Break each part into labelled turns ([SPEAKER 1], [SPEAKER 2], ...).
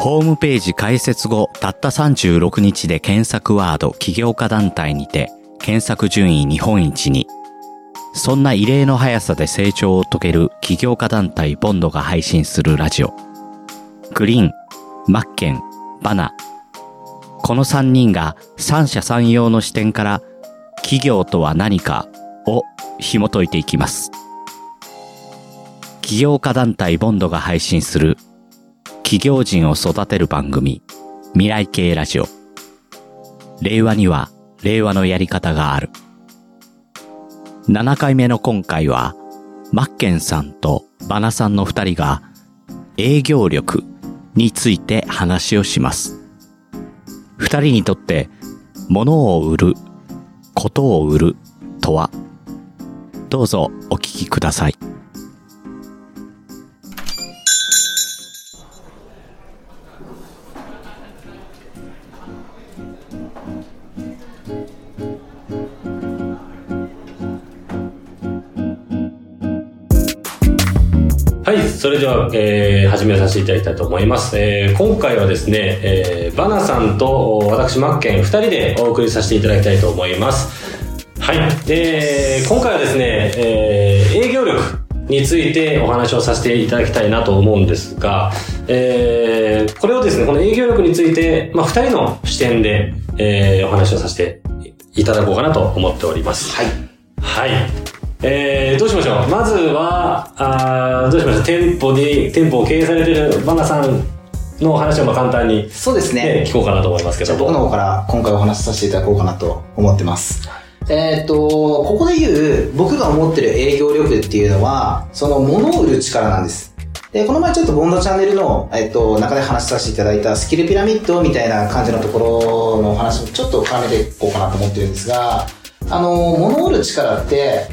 [SPEAKER 1] ホームページ開設後、たった36日で検索ワード起業家団体にて、検索順位日本一に。そんな異例の速さで成長を遂げる起業家団体ボンドが配信するラジオ。グリーン、マッケン、バナ。この3人が三者三様の視点から、企業とは何かを紐解いていきます。起業家団体ボンドが配信する企業人を育てる番組、未来系ラジオ。令和には令和のやり方がある。7回目の今回は、マッケンさんとバナさんの二人が営業力について話をします。二人にとって、物を売る、ことを売るとは、どうぞお聞きください。
[SPEAKER 2] はい、それでは、えー始めさせていただきたいと思います。えー今回はですね、えーバナさんと私、マッケン2人でお送りさせていただきたいと思います。はい、えー今回はですね、えー営業力についてお話をさせていただきたいなと思うんですが、えーこれをですね、この営業力について、まあ、2人の視点で、えーお話をさせていただこうかなと思っております。はい。はい。えー、どうしましょうまずは、あーどうしましょう店舗に、店舗を経営されてるバナさんの話をまあ簡単に、ね
[SPEAKER 3] そうですね。
[SPEAKER 2] 聞こうかなと思いますけ
[SPEAKER 3] じゃ
[SPEAKER 2] ど
[SPEAKER 3] あ僕の
[SPEAKER 2] も。
[SPEAKER 3] 方から今回お話しさせていただこうかなと思ってます。えーっと、ここで言う僕が思ってる営業力っていうのは、その物を売る力なんです。で、この前ちょっとボンドチャンネルの、えっと、中で話しさせていただいたスキルピラミッドみたいな感じのところのお話もちょっと絡めていこうかなと思ってるんですが、あの、物を売る力って、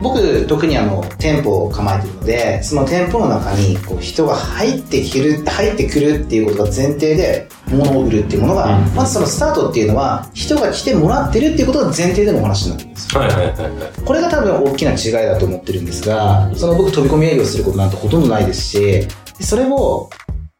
[SPEAKER 3] 僕特にあの店舗を構えているのでその店舗の中にこう人が入ってきる入ってくるっていうことが前提で物を売るっていうものが、
[SPEAKER 2] うん
[SPEAKER 3] まずそのスタートっていうのは人が来てもらってるっていうことが前提でのお話になってるんですよ
[SPEAKER 2] はいはいはいはい。
[SPEAKER 3] これが多分大きな違いだと思ってるんですがその僕飛び込み営業することなんてほとんどないですしそれを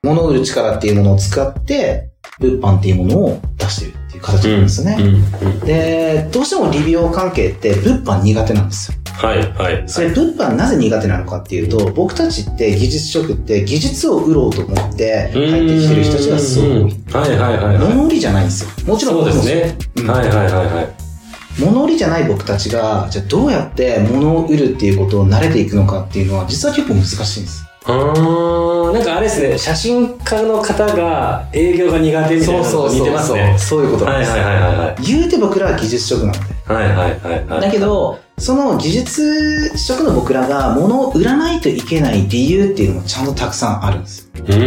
[SPEAKER 3] 物を売る力っていうものを使って物販っていうものを出してるっていう形なんですよね、
[SPEAKER 2] うんうん
[SPEAKER 3] でどうしても利用関係って物販苦手なんですよ
[SPEAKER 2] はいはい。
[SPEAKER 3] それ物販なぜ苦手なのかっていうと僕たちって技術職って技術を売ろうと思って入ってきてる人たちがすごく多い
[SPEAKER 2] うんはいはいはいはい。
[SPEAKER 3] 物売りじゃないんですよもちろん
[SPEAKER 2] そうですね。
[SPEAKER 3] うん
[SPEAKER 2] はいはいはいはい。
[SPEAKER 3] 物売りじゃない僕たちがじゃあどうやって物を売るっていうことを慣れていくのかっていうのは実は結構難しいんです
[SPEAKER 2] あーなんかあれですね、写真家の方が営業が苦手みたいなのと似てますね。
[SPEAKER 3] そういうこと
[SPEAKER 2] はい
[SPEAKER 3] なん
[SPEAKER 2] は
[SPEAKER 3] で
[SPEAKER 2] い
[SPEAKER 3] す、
[SPEAKER 2] はいはいはい。
[SPEAKER 3] 言うて僕らは技術職なんで
[SPEAKER 2] はいはいはいはい。
[SPEAKER 3] だけどその技術職の僕らが物を売らないといけない理由っていうのもちゃんとたくさんあるんです
[SPEAKER 2] うんうんうん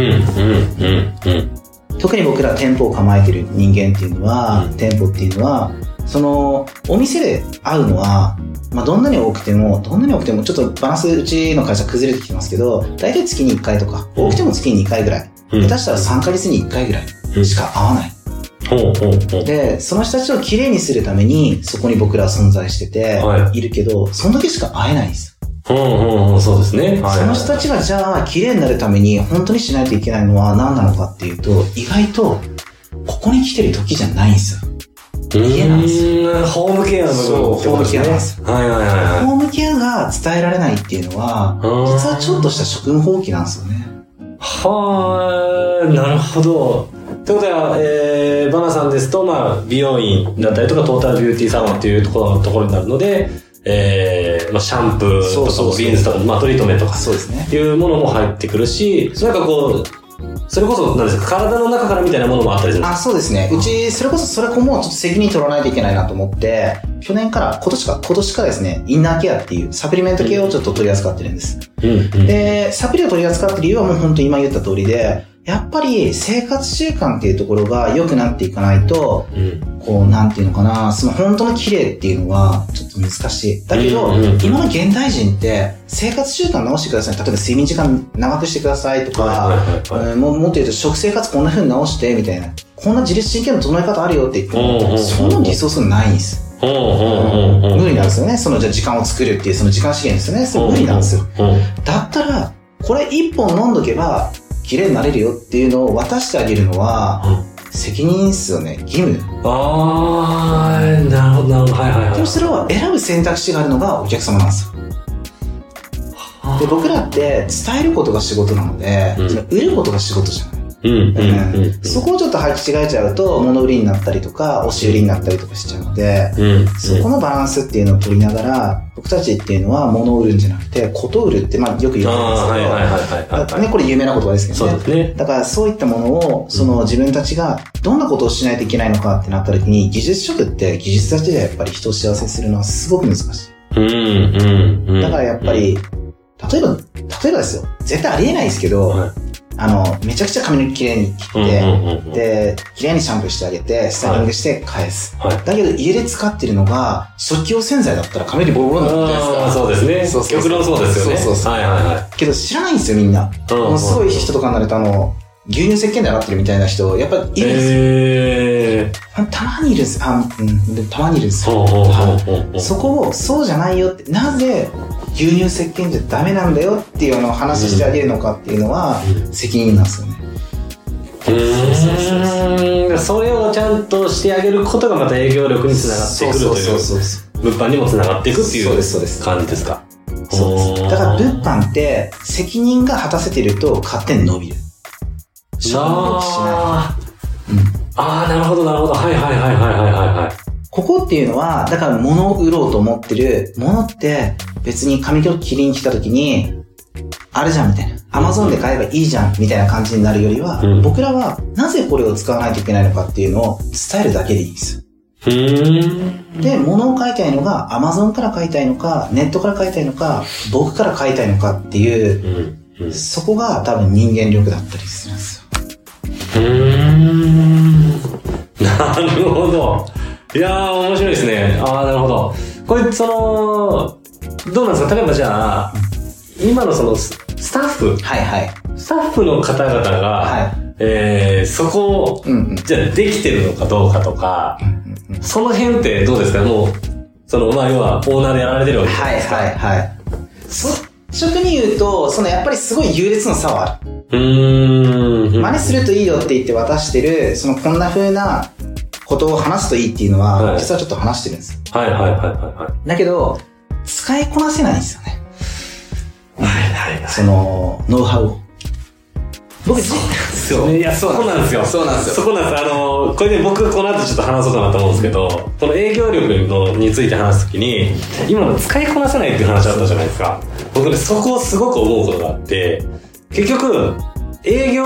[SPEAKER 2] うん。
[SPEAKER 3] 特に僕ら店舗を構えてる人間っていうのは、
[SPEAKER 2] うん
[SPEAKER 3] 店舗っていうのはそのお店で会うのは、まあ、どんなに多くてもどんなに多くてもちょっとバランスうちの会社崩れてきてますけど大体月に1回とか
[SPEAKER 2] うん
[SPEAKER 3] 多くても月に2回ぐらい
[SPEAKER 2] うん
[SPEAKER 3] 下手したら3ヶ月に1回ぐらいしか会わない
[SPEAKER 2] ほうほうほう。
[SPEAKER 3] でその人たちをきれいにするためにそこに僕らは存在してて、、
[SPEAKER 2] はい
[SPEAKER 3] るけどそんだけしか会えないんです
[SPEAKER 2] ほうほうほう、そうですね。はい
[SPEAKER 3] その人たちがじゃあ綺麗になるために本当にしないといけないのは何なのかっていうと意外とここに来てる時じゃないんですよ。家なんです
[SPEAKER 2] うんホームケアの部分
[SPEAKER 3] そう
[SPEAKER 2] ってこと
[SPEAKER 3] ホームケアなんです
[SPEAKER 2] ねはいはいはいはい。
[SPEAKER 3] ホームケアが伝えられないっていうのは
[SPEAKER 2] うん
[SPEAKER 3] 実はちょっとした職務放棄なんですよね。
[SPEAKER 2] はー、なるほど。ということは、えー、バナさんですと、まあ、美容院だったりとか、トータルビューティーサロンっていうところのところになるので、えー、まあ、シャンプーと
[SPEAKER 3] そう
[SPEAKER 2] か
[SPEAKER 3] そう
[SPEAKER 2] も、
[SPEAKER 3] そう
[SPEAKER 2] ビーンズとかも、まあ、トリートメントとか、
[SPEAKER 3] そうですね。
[SPEAKER 2] いうものも入ってくるし、なんかこう、それこそ、なんですか、体の中からみたいなものもあったりするんです
[SPEAKER 3] あ、そうですね。うち、それこそそれこもちょっと責任取らないといけないなと思って、去年から、今年か、今年からですね、インナーケアっていうサプリメント系をちょっと取り扱ってるんです。
[SPEAKER 2] うんうん
[SPEAKER 3] で、サプリを取り扱ってる理由はもう本当に今言った通りで、やっぱり生活習慣っていうところが良くなっていかないと、
[SPEAKER 2] うん
[SPEAKER 3] こう、なんていうのかな、その本当の綺麗っていうのはちょっと難しい。だけど、
[SPEAKER 2] うんうん
[SPEAKER 3] 今の現代人って生活習慣直してください。例えば睡眠時間長くしてくださいとか、
[SPEAKER 2] はいはいはいはい
[SPEAKER 3] うんももっと言うと食生活こんな風に直してみたいな。こんな自律神経の整え方あるよって言って
[SPEAKER 2] うんうんう
[SPEAKER 3] も、
[SPEAKER 2] ん
[SPEAKER 3] そんなリソースないんです。
[SPEAKER 2] ほうほうほうほ
[SPEAKER 3] 無
[SPEAKER 2] う
[SPEAKER 3] 理なんですよね。そのじゃあ時間を作るっていうその時間資源ですよね。それ無理なんですよ。
[SPEAKER 2] ほう
[SPEAKER 3] だったら、これ一本飲んどけば、綺麗になれるよっていうのを渡してあげるのは、責任っすよね。義務。
[SPEAKER 2] あーなるほどなるほどはいはいはい
[SPEAKER 3] でもそれを選ぶ選択肢があるのがお客様なんですよ。で、僕らって伝えることが仕事なので、
[SPEAKER 2] うん
[SPEAKER 3] その売ることが仕事じゃない。
[SPEAKER 2] うんうんうんうん
[SPEAKER 3] そこをちょっと履き違えちゃうと、物売りになったりとか、押し売りになったりとかしちゃうので、
[SPEAKER 2] うん
[SPEAKER 3] そこのバランスっていうのを取りながら、僕たちっていうのは物を売るんじゃなくて、ことを売るって、まあよく言われるんです
[SPEAKER 2] あ
[SPEAKER 3] け
[SPEAKER 2] ー
[SPEAKER 3] ど、
[SPEAKER 2] はいはいはいはい
[SPEAKER 3] だ
[SPEAKER 2] は
[SPEAKER 3] ね、これ有名な言葉です
[SPEAKER 2] い
[SPEAKER 3] け
[SPEAKER 2] そ
[SPEAKER 3] ど
[SPEAKER 2] う
[SPEAKER 3] ね
[SPEAKER 2] で。すね
[SPEAKER 3] だからそういったものを、その自分たちがどんなことをしないといけないのかってなった時に、技術職って技術だけでやっぱり人を幸せにするのはすごく難しい。
[SPEAKER 2] うんうんうん
[SPEAKER 3] だからやっぱり、例えば、例えばですよ。絶対ありえないですけど、
[SPEAKER 2] はい
[SPEAKER 3] あの、めちゃくちゃ髪の毛きれいに切
[SPEAKER 2] うん
[SPEAKER 3] っ
[SPEAKER 2] う
[SPEAKER 3] て、
[SPEAKER 2] んうんうん
[SPEAKER 3] で、綺麗にシャンプーしてあげて、スタイリングして返す。
[SPEAKER 2] はい
[SPEAKER 3] だけど家で使ってるのが、食器用洗剤だったら髪の毛ボロボロになってるじゃない
[SPEAKER 2] あ
[SPEAKER 3] で
[SPEAKER 2] あ
[SPEAKER 3] すか。
[SPEAKER 2] そうですね
[SPEAKER 3] そうそうそう
[SPEAKER 2] 極論そうですよね
[SPEAKER 3] そうそうそう
[SPEAKER 2] はいはいは
[SPEAKER 3] けど知らないんですよ、みんな。
[SPEAKER 2] いうん
[SPEAKER 3] ものすごい人とかになると、あの、牛乳石鹸で洗ってるみたいな人、やっぱいるんですよ。
[SPEAKER 2] ええ
[SPEAKER 3] あたまにいるんです。あ、うん、でたまにいるんですよ。
[SPEAKER 2] ほうほうほうほうほう
[SPEAKER 3] そこを、そうじゃないよって、なぜ牛乳石鹸じゃダメなんだよっていうのを話してあげるのかっていうのは、責任なんですよね。
[SPEAKER 2] うーんそれをちゃんとしてあげることがまた営業力につながってくると
[SPEAKER 3] そ
[SPEAKER 2] いうう
[SPEAKER 3] そうそう
[SPEAKER 2] 物販にもつながっていくってい
[SPEAKER 3] そう
[SPEAKER 2] う
[SPEAKER 3] ですそうです
[SPEAKER 2] 感じですか
[SPEAKER 3] そうそうです。だから
[SPEAKER 2] な
[SPEAKER 3] 物販って、責任が果たせてると勝手に伸びる。承認しない。
[SPEAKER 2] あ
[SPEAKER 3] うん
[SPEAKER 2] あーなるほどなるほどはいはいはいはいはいはいはい
[SPEAKER 3] ここっていうのは、だから物を売ろうと思ってる、物って別に髪の毛切りに来た時に、あれじゃんみたいな。アマゾンで買えばいいじゃんみたいな感じになるよりは、
[SPEAKER 2] うん
[SPEAKER 3] 僕らはなぜこれを使わないといけないのかっていうのを伝えるだけでいいんですよ。
[SPEAKER 2] うーん
[SPEAKER 3] で、物を買いたいのが、アマゾンから買いたいのか、ネットから買いたいのか、僕から買いたいのかっていう、
[SPEAKER 2] うんうんう
[SPEAKER 3] そこが多分人間力だったりするんですよ。
[SPEAKER 2] ーんなるほどいやー面白いですねああなるほどこれそのどうなんですか例えばじゃあ今のそのススタッフ
[SPEAKER 3] はいはい。
[SPEAKER 2] スタッフの方々が、
[SPEAKER 3] はい。
[SPEAKER 2] えーそこを
[SPEAKER 3] うんうん。
[SPEAKER 2] じゃあできてるのかどうかとか
[SPEAKER 3] うんうんうん
[SPEAKER 2] その辺ってどうですかもうそのまあ要はオーナーでやられてるわけじゃな
[SPEAKER 3] はいい
[SPEAKER 2] ですか、
[SPEAKER 3] はいはい。率直に言うと、そのやっぱりすごい優劣の差はある。
[SPEAKER 2] うーん
[SPEAKER 3] 真似するといいよって言って渡してる、そのこんな風なことを話すといいっていうのは、
[SPEAKER 2] はい
[SPEAKER 3] 実はちょっと話してるんですよ。
[SPEAKER 2] はいはいはいはいは
[SPEAKER 3] だけど、使いこなせないんですよね。
[SPEAKER 2] いはいはい
[SPEAKER 3] その、ノウハウを。僕、じ
[SPEAKER 2] いやそこなんですよ
[SPEAKER 3] そうなんですよ
[SPEAKER 2] そこなんですあのこれで僕この後ちょっと話そうかなと思うんですけどこの営業力のについて話すときに今の使いこなせないっていう話あったじゃないですか僕ねそこをすごく思うことがあって結局営業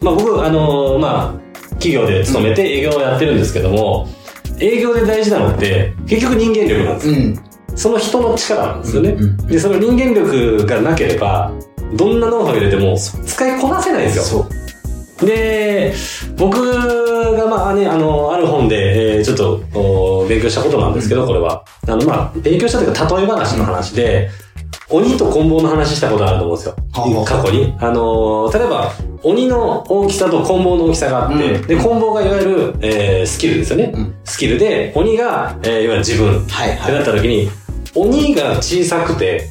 [SPEAKER 2] まあ僕あのまあ企業で勤めて営業をやってるんですけども、営業で大事なのって結局人間力なんですよ、
[SPEAKER 3] うん。
[SPEAKER 2] その人の力なんですよね、
[SPEAKER 3] うん
[SPEAKER 2] でその人間力がなければどんなノウハウ入れても使いこなせないんですよ
[SPEAKER 3] そう。
[SPEAKER 2] で、僕がまあね、あの、ある本で、えーちょっとお勉強したことなんですけど、これは。あの、まあ、勉強したというか、例え話の話で、鬼と棍棒の話したことあると思うんですよ
[SPEAKER 3] はあは。あ
[SPEAKER 2] 過去に。あの、例えば、鬼の大きさと棍棒の大きさがあって、
[SPEAKER 3] うん
[SPEAKER 2] で、棍棒がいわゆる、えースキルですよね。
[SPEAKER 3] うん
[SPEAKER 2] スキルで、鬼が、えーいわゆる自分っ
[SPEAKER 3] はい
[SPEAKER 2] てな
[SPEAKER 3] は
[SPEAKER 2] った時に、鬼が小さくて、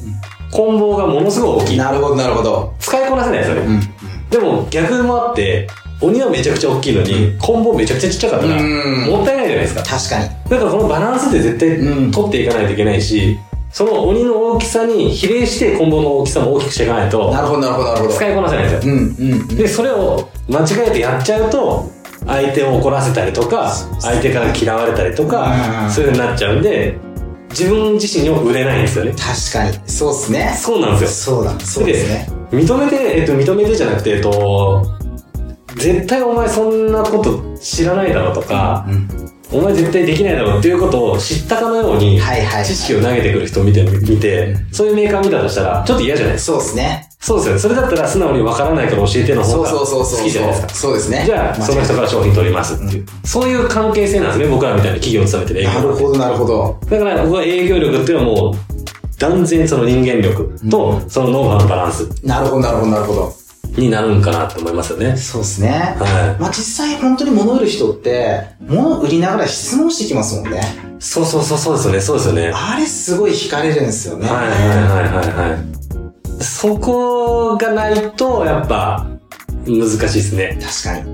[SPEAKER 2] 棍棒がものすごい大き
[SPEAKER 3] い。
[SPEAKER 2] い。
[SPEAKER 3] なるほど、なるほど。
[SPEAKER 2] 使いこなせないですよね。
[SPEAKER 3] うん。
[SPEAKER 2] でも逆もあって鬼はめちゃくちゃ大きいのに、棍棒めちゃくちゃちっちゃかったら、
[SPEAKER 3] うん
[SPEAKER 2] もったいないじゃないですか
[SPEAKER 3] 確かに。
[SPEAKER 2] だからこのバランスで絶
[SPEAKER 3] うん
[SPEAKER 2] 対取っていかないといけないし、その鬼の大きさに比例して棍棒の大きさも大きくしていかないと
[SPEAKER 3] なるほど、なるほど、なるほど。
[SPEAKER 2] 使いこなせないんですよ、
[SPEAKER 3] うんうんうん。
[SPEAKER 2] でそれを間違えてやっちゃうと相手を怒らせたりとか相手から嫌われたりとか、
[SPEAKER 3] うん
[SPEAKER 2] そういうふうになっちゃうんで自分自身を売れないんですよね
[SPEAKER 3] 確かに。そうっすね。
[SPEAKER 2] そうなんですよ
[SPEAKER 3] そうだ、そうですね。
[SPEAKER 2] 認めて、えっと、認めてじゃなくて、えっと、絶対お前そんなこと知らないだろうとか、
[SPEAKER 3] うん
[SPEAKER 2] お前絶対できないだろうっていうことを知ったかのように、
[SPEAKER 3] はいはい。
[SPEAKER 2] 知識を投げてくる人を見て、見て
[SPEAKER 3] う、
[SPEAKER 2] そういうメーカー見たとしたら、ちょっと嫌じゃないですか。
[SPEAKER 3] そうですね。
[SPEAKER 2] そうですよね。それだったら素直にわからないから教えての方
[SPEAKER 3] そう
[SPEAKER 2] が
[SPEAKER 3] そうそうそう。
[SPEAKER 2] 好きじゃないですか。
[SPEAKER 3] そうですね。
[SPEAKER 2] じゃあ、その人から商品取りますっていう。そういう関係性なんですね、僕らみたいな企業を務めてる営業
[SPEAKER 3] なるほど、なるほど。
[SPEAKER 2] だから僕は営業力っていうのはもう、断然その人間力と、そのノウハウのバランス
[SPEAKER 3] なるほど、なるほど、なるほど。
[SPEAKER 2] になるんかなと思いますよね。
[SPEAKER 3] そうですね。
[SPEAKER 2] は
[SPEAKER 3] まあ実際本当に物売る人って、物売りながら質問してきますもんね。
[SPEAKER 2] い。そうそうそうそうですよね、そうですよね。は
[SPEAKER 3] あれすごい惹かれるんですよ
[SPEAKER 2] い
[SPEAKER 3] ね。
[SPEAKER 2] はいはいはいはい。そこがないと、やっぱ、難しいですね。
[SPEAKER 3] 確か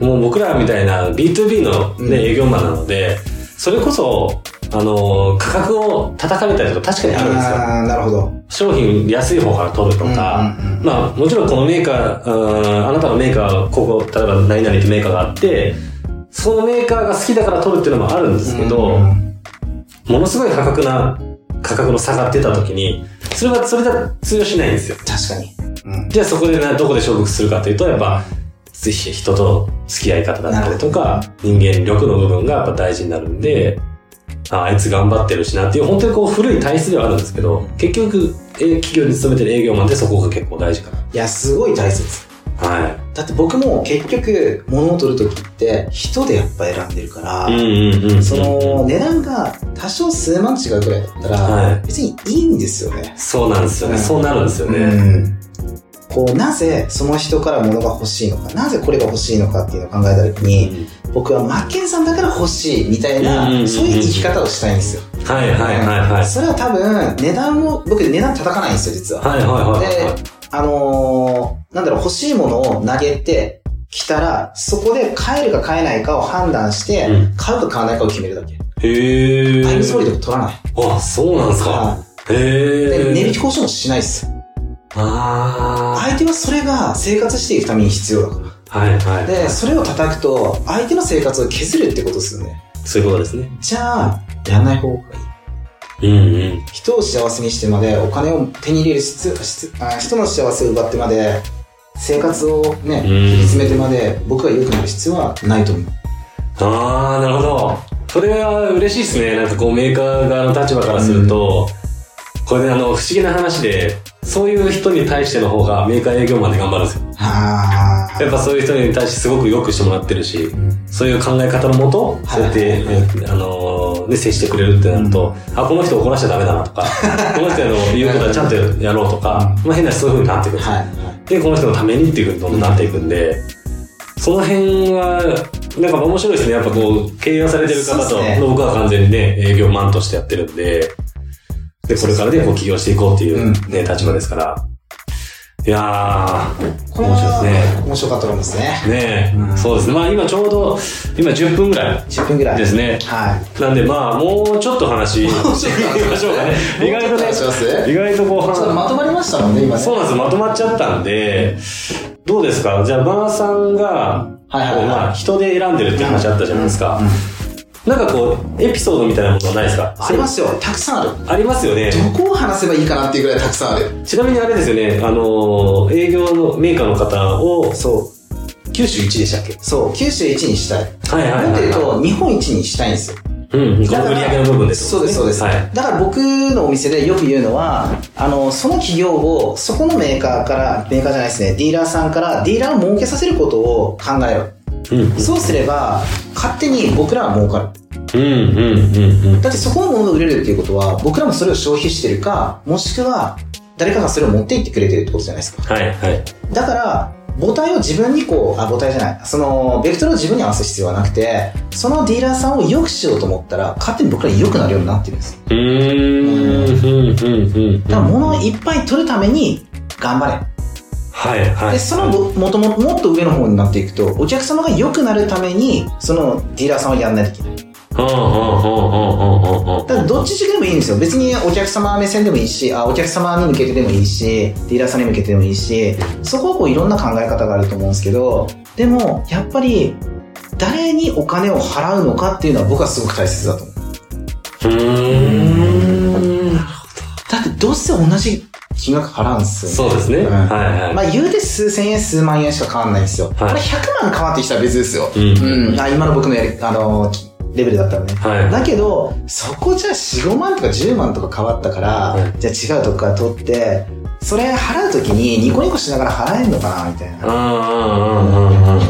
[SPEAKER 3] に。
[SPEAKER 2] もう僕らみたいな B2B の、ね
[SPEAKER 3] うん
[SPEAKER 2] 営業マンなので、それこそ、あの、価格を叩かれたりとか確かにあるんですよ。
[SPEAKER 3] あーなるほど。
[SPEAKER 2] 商品安い方から取るとか、
[SPEAKER 3] うんうんうん
[SPEAKER 2] まあもちろんこのメーカー、うんあなたのメーカー、ここ、例えば何々ってメーカーがあって、そのメーカーが好きだから取るっていうのもあるんですけど、
[SPEAKER 3] うん
[SPEAKER 2] ものすごい価格な、価格の差が出た時に、それは、それでは通用しないんですよ。
[SPEAKER 3] 確かに。うん
[SPEAKER 2] じゃあそこでなどこで勝負するかというと、やっぱ、ぜひ人と付き合い方だったりとか、人間力の部分がやっぱ大事になるんで、ああいつ頑張ってるしなっていう、本当にこう古い体質ではあるんですけど、結局、え企業に勤めてる営業マンってそこが結構大事か
[SPEAKER 3] いや、すごい大切。
[SPEAKER 2] な。はい。
[SPEAKER 3] だって僕も結局、物を取るときって、人でやっぱ選んでるから、
[SPEAKER 2] うんうんうん。
[SPEAKER 3] その、値段が多少数万違うくらいだったら、
[SPEAKER 2] はい
[SPEAKER 3] 別にいいんですよね。
[SPEAKER 2] そうなんですよね。そうなるんですよね。
[SPEAKER 3] うんこう、なぜその人から物が欲しいのか、なぜこれが欲しいのかっていうのを考えたときに、僕はマッケンさんだから欲しいみたいな、
[SPEAKER 2] うんうんうんうん
[SPEAKER 3] そういう生き方をしたいんですよ。
[SPEAKER 2] はいはいはいはい。
[SPEAKER 3] それは多分、値段を、僕値段叩かないんですよ、実は。
[SPEAKER 2] はいはいはいはい。
[SPEAKER 3] あのーなんだろう、欲しいものを投げてきたら、そこで買えるか買えないかを判断して、
[SPEAKER 2] うん
[SPEAKER 3] 買うか買わないかを決めるだけ。
[SPEAKER 2] へえ。
[SPEAKER 3] タイムソーリーとか取らない。
[SPEAKER 2] あ、そうなんですか。
[SPEAKER 3] は
[SPEAKER 2] へ
[SPEAKER 3] いで値引
[SPEAKER 2] え
[SPEAKER 3] き。交渉もしないです。
[SPEAKER 2] あ
[SPEAKER 3] 相手はそれが生活していくために必要だか
[SPEAKER 2] あ。はいはい。
[SPEAKER 3] ら。で、それを叩くと、相手の生活を削るってことですよね。
[SPEAKER 2] そういうことですね。
[SPEAKER 3] じゃあ、やらない方がいい。
[SPEAKER 2] うんうん。
[SPEAKER 3] 人を幸せにしてまでお金を手に入れる必要必あ人の幸せを奪ってまで生活をね、
[SPEAKER 2] うん
[SPEAKER 3] 切り詰めてまで僕が良くなる必要はないと思う。
[SPEAKER 2] ああ、なるほど。それは嬉しいですね。なんかこうメーカー側の立場からすると、これね、あの、不思議な話で、そういう人に対しての方がメーカー営業マンで頑張るんですよ。
[SPEAKER 3] あ
[SPEAKER 2] やっぱそういう人に対してすごく良くしてもらってるし、そういう考え方のもと、
[SPEAKER 3] はい
[SPEAKER 2] そうやって、えあのーね、接してくれるってなると、あ、この人怒らしちゃダメだな とか、この人の言うことはちゃんとやろうとか、まあ変なそういう風になってくるんですよ。
[SPEAKER 3] はい、
[SPEAKER 2] でこの人のためにっていうふうにどんどんなっていくんで、その辺はなんか面白いですねやっぱこう経営をされてる方
[SPEAKER 3] そう
[SPEAKER 2] と、
[SPEAKER 3] っすね
[SPEAKER 2] 僕は完全にね営業マンとしてやってるんででこれからねこう起業していこうっていう、ね立場ですからいやー
[SPEAKER 3] これ
[SPEAKER 2] 面白いです
[SPEAKER 3] は面白かったと思いますね。
[SPEAKER 2] ねねえ、
[SPEAKER 3] うん
[SPEAKER 2] そうですねまあ今ちょうど今10分ぐらい
[SPEAKER 3] 10分ぐらい。
[SPEAKER 2] ですね
[SPEAKER 3] はい。
[SPEAKER 2] なんでまあもうちょっと話
[SPEAKER 3] もうちょっと話
[SPEAKER 2] していきましょうかね意外と
[SPEAKER 3] もうちょ
[SPEAKER 2] ね
[SPEAKER 3] っと話します
[SPEAKER 2] 意外とこう
[SPEAKER 3] ちょっとまとまりましたもんね、今ね。
[SPEAKER 2] そうなんですよまとまっちゃったんで、どうですかじゃあ、バーさんが、
[SPEAKER 3] はいはいはい
[SPEAKER 2] まあ、人で選んでるって話あったじゃないですか
[SPEAKER 3] うん。
[SPEAKER 2] なんかこう、エピソードみたいなものはないですか
[SPEAKER 3] ありますよ。たくさんある。
[SPEAKER 2] ありますよね。
[SPEAKER 3] どこを話せばいいかなっていうぐらいたくさんある。
[SPEAKER 2] ちなみにあれですよね、あのー営業のメーカーの方を、
[SPEAKER 3] そう。
[SPEAKER 2] 91でしたっけ
[SPEAKER 3] そう、九州一にしたい。
[SPEAKER 2] はいはいはいはい
[SPEAKER 3] もっと言うと、日本一にしたいんですよ。
[SPEAKER 2] うん、こ
[SPEAKER 3] だ
[SPEAKER 2] の
[SPEAKER 3] か
[SPEAKER 2] 売り上
[SPEAKER 3] ら
[SPEAKER 2] げの部分です
[SPEAKER 3] そ
[SPEAKER 2] も
[SPEAKER 3] うんで
[SPEAKER 2] ね
[SPEAKER 3] すそうです、
[SPEAKER 2] はい。
[SPEAKER 3] だから僕のお店でよく言うのはあのその企業をそこのメーカーからメーカーじゃないですねディーラーさんからディーラーを儲けさせることを考えろ
[SPEAKER 2] うん、うん、
[SPEAKER 3] そうすれば勝手に僕らは儲か
[SPEAKER 2] う
[SPEAKER 3] る
[SPEAKER 2] ん、うん、うん。
[SPEAKER 3] だってそこのものが売れるっていうことは僕らもそれを消費してるかもしくは誰かがそれを持っていってくれてるってことじゃないですか
[SPEAKER 2] はい、はい。
[SPEAKER 3] だから母体を自分にこうあ母体じゃないそのベクトルを自分に合わせる必要はなくてそのディーラーさんを良くしようと思ったら勝手に僕ら良くなるようになってるんですよ
[SPEAKER 2] うーん、うん、うん、うん。
[SPEAKER 3] だから物をいっぱい取るために頑張れ。
[SPEAKER 2] はい、はい。
[SPEAKER 3] で、そのももとももっと上の方になっていくと、お客様が良くなるために、そのディーラーさんをやんないといけない。
[SPEAKER 2] うん、うん、うん、うん、うん、うん。
[SPEAKER 3] だからどっち軸でもいいんですよ。別にお客様目線でもいいし、あお客様に向けてでもいいし、ディーラーさんに向けてでもいいし、そこはこういろんな考え方があると思うんですけど、でも、やっぱり、誰にお金を払うのかっていうのは僕はすごく大切だと思う。
[SPEAKER 2] うーん。
[SPEAKER 3] だってどうせ同じ金額払うんですよ、ね。
[SPEAKER 2] そうですね。
[SPEAKER 3] うん
[SPEAKER 2] はいはい。
[SPEAKER 3] まあ言うて数千円数万円しか変わんないんですよ。これ100万変わってきたら別ですよ。
[SPEAKER 2] うん
[SPEAKER 3] うん。あ今の僕のやり、あのきレベルだったらね。
[SPEAKER 2] はい
[SPEAKER 3] だけど、そこじゃ4、5万とか10万とか変わったから、
[SPEAKER 2] はい
[SPEAKER 3] じゃあ違うとこから取って、それ払うときにニコニコしながら払えるのかなみたいな。
[SPEAKER 2] うんうんうんうんうんうんうん。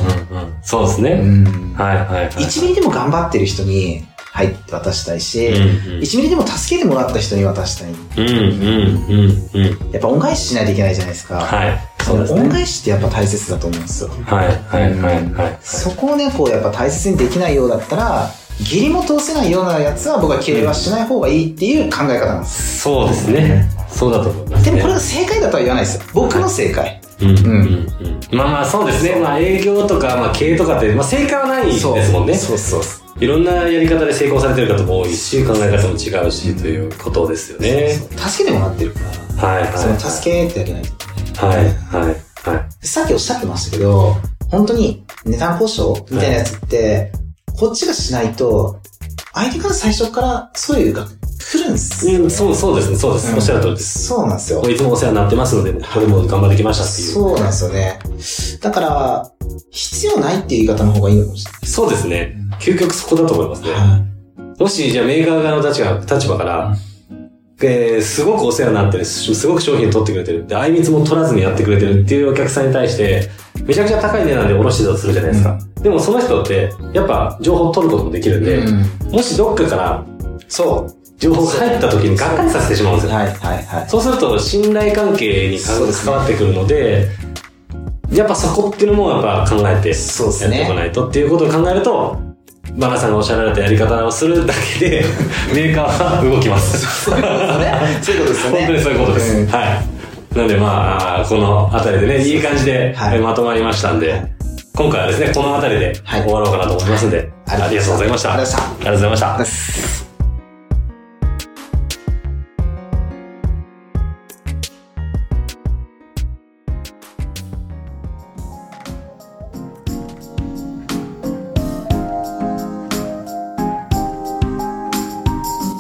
[SPEAKER 2] そうです
[SPEAKER 3] う
[SPEAKER 2] ね。
[SPEAKER 3] ん。
[SPEAKER 2] はいはいはい。
[SPEAKER 3] 1ミリでも頑張ってる人に入って渡したいし、
[SPEAKER 2] うん
[SPEAKER 3] 1ミリでも助けてもらった人に渡した
[SPEAKER 2] う
[SPEAKER 3] い。
[SPEAKER 2] んうんうんうん。
[SPEAKER 3] やっぱ恩返ししないといけないじゃないですか。
[SPEAKER 2] はい。
[SPEAKER 3] そ
[SPEAKER 2] そう
[SPEAKER 3] の
[SPEAKER 2] です
[SPEAKER 3] 恩
[SPEAKER 2] ね。
[SPEAKER 3] 返しってやっぱ大切だと思うんですよ。
[SPEAKER 2] はいはいはいはいはい。
[SPEAKER 3] そこをね、こうやっぱ大切にできないようだったら、義理も通せないようなやつは僕は敬礼はしない方がいいっていう考え方なんです。
[SPEAKER 2] そうですねそうだと思います、
[SPEAKER 3] で
[SPEAKER 2] ね、
[SPEAKER 3] もこれが正解だとは言わないですよ。僕の正解。
[SPEAKER 2] うんうん
[SPEAKER 3] ん
[SPEAKER 2] うんまあまあそうですね、まあ、営業とか、まあ、経営とかって、まあ、正解はないですもんね
[SPEAKER 3] そうそうそう。
[SPEAKER 2] いろんなやり方で成功されてる方も多いし考え方も違うしということですよね
[SPEAKER 3] 助けてもらってるから、
[SPEAKER 2] はいはい
[SPEAKER 3] その助けてあげないと。
[SPEAKER 2] はいはいはい
[SPEAKER 3] さっきおっしゃってましたけど、本当に値段交渉みたいなやつって、こっちがしないと、相手から最初からそういうが来るんですよ、
[SPEAKER 2] うん、そうそうですね、そうです。
[SPEAKER 3] うん
[SPEAKER 2] おっしゃる通りです。
[SPEAKER 3] そうなんですよ。
[SPEAKER 2] いつもお世話になってますので、ここでも頑張ってきましたっていう。
[SPEAKER 3] そうなんですよね。だから、必要ないっていう言い方の方がいいのかもしれ
[SPEAKER 2] そうですね。究極そこだと思いますね。
[SPEAKER 3] ない。はい
[SPEAKER 2] もし、じゃあメーカー側の立場立場から、えーすごくお世話になってる、すすごく商品取ってくれてる、で、あいみつも取らずにやってくれてるっていうお客さんに対して、めちゃくちゃ高い値段で下ろしてたとするじゃないですか。でもその人って、やっぱ情報取ることもできるんで、
[SPEAKER 3] うん
[SPEAKER 2] もしどっかから
[SPEAKER 3] そ
[SPEAKER 2] 情報が入った時にがっかりさせてしまうんです
[SPEAKER 3] う。
[SPEAKER 2] よ。
[SPEAKER 3] はいはいはい。
[SPEAKER 2] そうすると信頼関係に関
[SPEAKER 3] そうですね
[SPEAKER 2] 関わってくるので、やっぱそこっていうのもやっぱ考えてや
[SPEAKER 3] そうですね
[SPEAKER 2] ってこないとっていうことを考えると、バナさんがおっしゃられたやり方をするだけ で、メーカーは動きます。
[SPEAKER 3] そういうことですね。そういうことですよね。
[SPEAKER 2] 本当に そういうことです。
[SPEAKER 3] ん
[SPEAKER 2] はい。なんでまあ、この辺りでね、いい感じで
[SPEAKER 3] はい
[SPEAKER 2] えまとまりましたんで、今回はですね、この辺りで
[SPEAKER 3] はい
[SPEAKER 2] 終わろうかなと思いますんで、
[SPEAKER 3] はい
[SPEAKER 2] ありがとうございました。
[SPEAKER 3] ありがとうございました
[SPEAKER 2] ありがとうございました。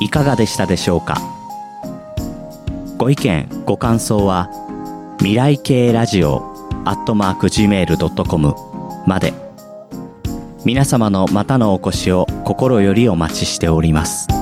[SPEAKER 1] いかがでしたでしょうかご意見ご感想は未来系ラジオアットマーク Gmail.com まで皆様のまたのお越しを心よりお待ちしております